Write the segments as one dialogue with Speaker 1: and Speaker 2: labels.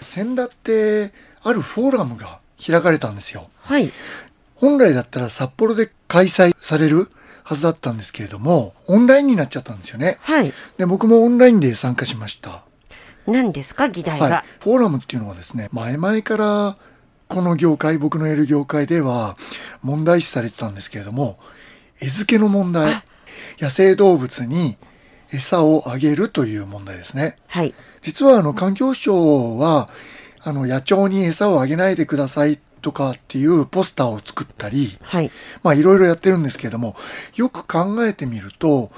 Speaker 1: 千田ってあるフォーラムが開かれたんですよ。
Speaker 2: はい。
Speaker 1: 本来だったら札幌で開催されるはずだったんですけれども、オンラインになっちゃったんですよね。
Speaker 2: はい。
Speaker 1: で、僕もオンラインで参加しました。
Speaker 2: 何ですか、議題が。
Speaker 1: はい、フォーラムっていうのはですね前々からこの業界僕のいる業界では問題視されてたんですけれども餌付けの問題野生動物に餌をあげるという問題ですね
Speaker 2: はい。
Speaker 1: 実はあの環境省はあの野鳥に餌をあげないでくださいとかっていうポスターを作ったり
Speaker 2: はい。
Speaker 1: まあいろいろやってるんですけれども、よく考えてみると、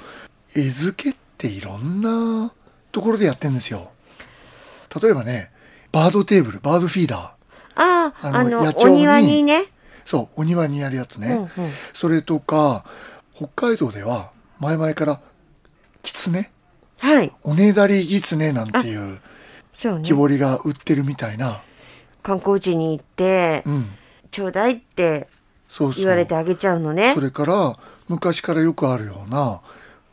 Speaker 1: 餌付けっていろんなところでやってるんですよ。例えばね、バードテーブル、バードフィーダー。
Speaker 2: ああ、
Speaker 1: あ
Speaker 2: あ
Speaker 1: の
Speaker 2: の、
Speaker 1: 野
Speaker 2: お
Speaker 1: 鳥に
Speaker 2: 庭にね。
Speaker 1: そう、お庭にやるやつね。
Speaker 2: うんうん
Speaker 1: それとか、北海道では前々から、キツネ
Speaker 2: はい。
Speaker 1: おねだりギツネなんていう
Speaker 2: そうね
Speaker 1: 木。彫りが売ってるみたいな。
Speaker 2: 観光地に行って、
Speaker 1: うん。
Speaker 2: ちょうだいって
Speaker 1: そうそう。
Speaker 2: 言われてあげちゃうのね
Speaker 1: そ。れから、昔からよくあるような、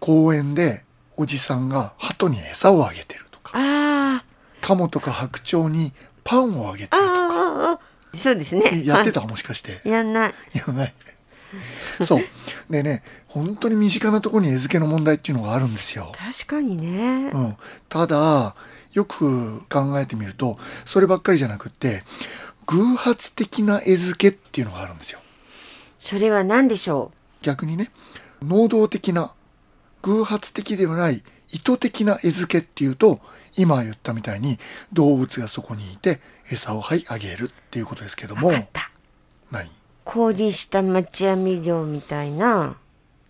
Speaker 1: 公園でおじさんが鳩に餌をあげてるとか。
Speaker 2: ああ、
Speaker 1: カモとか白鳥にパンをあげて
Speaker 2: あ
Speaker 1: る
Speaker 2: あ、ああ、そうですね。
Speaker 1: えやってた
Speaker 2: は
Speaker 1: もしかして
Speaker 2: い。やんない。
Speaker 1: いやないそうでね本当に身近なところに餌付けの問題っていうのがあるんですよ、
Speaker 2: 確かにね
Speaker 1: う。ん、ただよく考えてみるとそればっかりじゃなくって偶発的な餌付けっていうのがあるんですよ
Speaker 2: それは何でしょ
Speaker 1: 逆にね能動的な偶発的ではない意図的な餌付けっていうと今言ったみたいに動物がそこにいて餌をはいあげるっていうことですけど
Speaker 2: う
Speaker 1: も
Speaker 2: わかった。
Speaker 1: 何
Speaker 2: 氷した町網漁みたいな。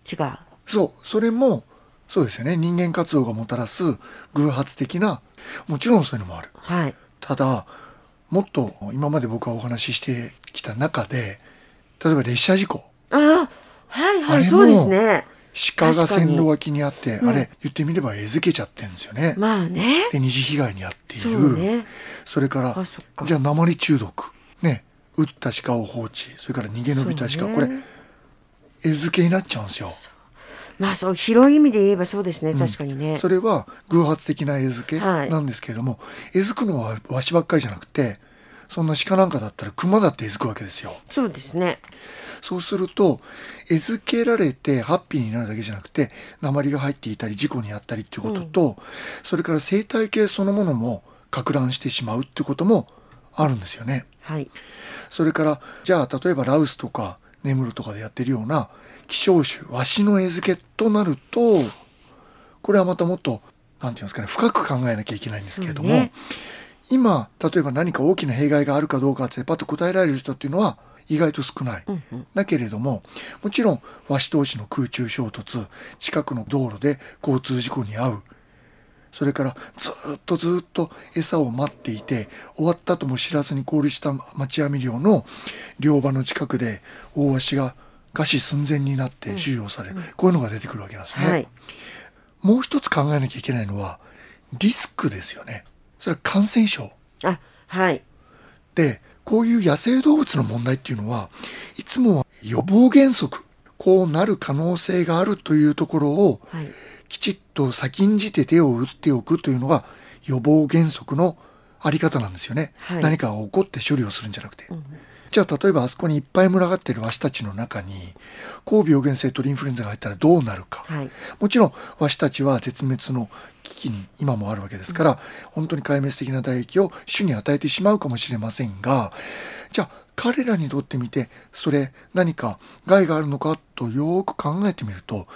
Speaker 2: 違う。
Speaker 1: そうそれもそうですよね人間活動がもたらす偶発的なもちろんそういうのもある
Speaker 2: はい。
Speaker 1: ただもっと今まで僕はお話ししてきた中で例えば列車事故
Speaker 2: ああ、はい
Speaker 1: あ
Speaker 2: は
Speaker 1: れ
Speaker 2: い、
Speaker 1: も
Speaker 2: そうですね。
Speaker 1: 鹿が
Speaker 2: 確かに
Speaker 1: 線路脇にあって、
Speaker 2: ん
Speaker 1: あれ言ってみれば餌付けちゃってんですよね、
Speaker 2: まあね。
Speaker 1: で二次被害に遭ってい
Speaker 2: そ
Speaker 1: る
Speaker 2: うね。
Speaker 1: それから
Speaker 2: あそっか
Speaker 1: じゃあ鉛中毒ね撃った鹿を放置それから逃げ延びた
Speaker 2: そ
Speaker 1: 鹿、
Speaker 2: うね
Speaker 1: これ餌付けになっちゃうんですよ
Speaker 2: まあそう、広い意味で言えばそうですね。確かにね
Speaker 1: そ。れは偶発的な餌付け
Speaker 2: はい
Speaker 1: なんですけれども、餌付くのはわしばっかりじゃなくてそんな鹿なんかだったら熊だって餌付くわけですよ
Speaker 2: そうですね。
Speaker 1: そうすると餌付けられてハッピーになるだけじゃなくて鉛が入っていたり事故にあったりっていうことと、それから生態系そのものも攪乱してしまうっていうこともあるんですよね
Speaker 2: はい。
Speaker 1: それからじゃあ例えばラウスとかネムルとかでやってるような希少種ワシの餌付けとなるとこれはまたもっとなんていうんですかね深く考えなきゃいけないんですけれども、
Speaker 2: そうね
Speaker 1: 今例えば何か大きな弊害があるかどうかってパッと答えられる人っていうのは意外と少ない。
Speaker 2: うんうん。
Speaker 1: だけれどももちろんワシ同士の空中衝突近くの道路で交通事故に遭うそれからずーっとずーっと餌を待っていて終わったとも知らずに合流した町網漁の漁場の近くで大ワシが餓死寸前になって収容される、こういうのが出てくるわけなんですね。
Speaker 2: はい。
Speaker 1: もう一つ考えなきゃいけないのはリスクですよね。それは感染症。
Speaker 2: あ、はい。
Speaker 1: でこういう野生動物の問題っていうのはいつもは予防原則こうなる可能性があるというところを
Speaker 2: はい。
Speaker 1: きちっと先んじて手を打っておくというのが予防原則のあり方なんですよね、
Speaker 2: はい
Speaker 1: 何かが起こって処理をするんじゃなくて、じゃあ例えばあそこにいっぱい群がってるワシたちの中に高病原性鳥インフルエンザが入ったらどうなるか、
Speaker 2: はい。
Speaker 1: もちろんワシたちは絶滅の危機に今もあるわけですから、本当に壊滅的な打撃を種に与えてしまうかもしれませんがじゃあ彼らにとってみてそれ何か害があるのかとよーく考えてみると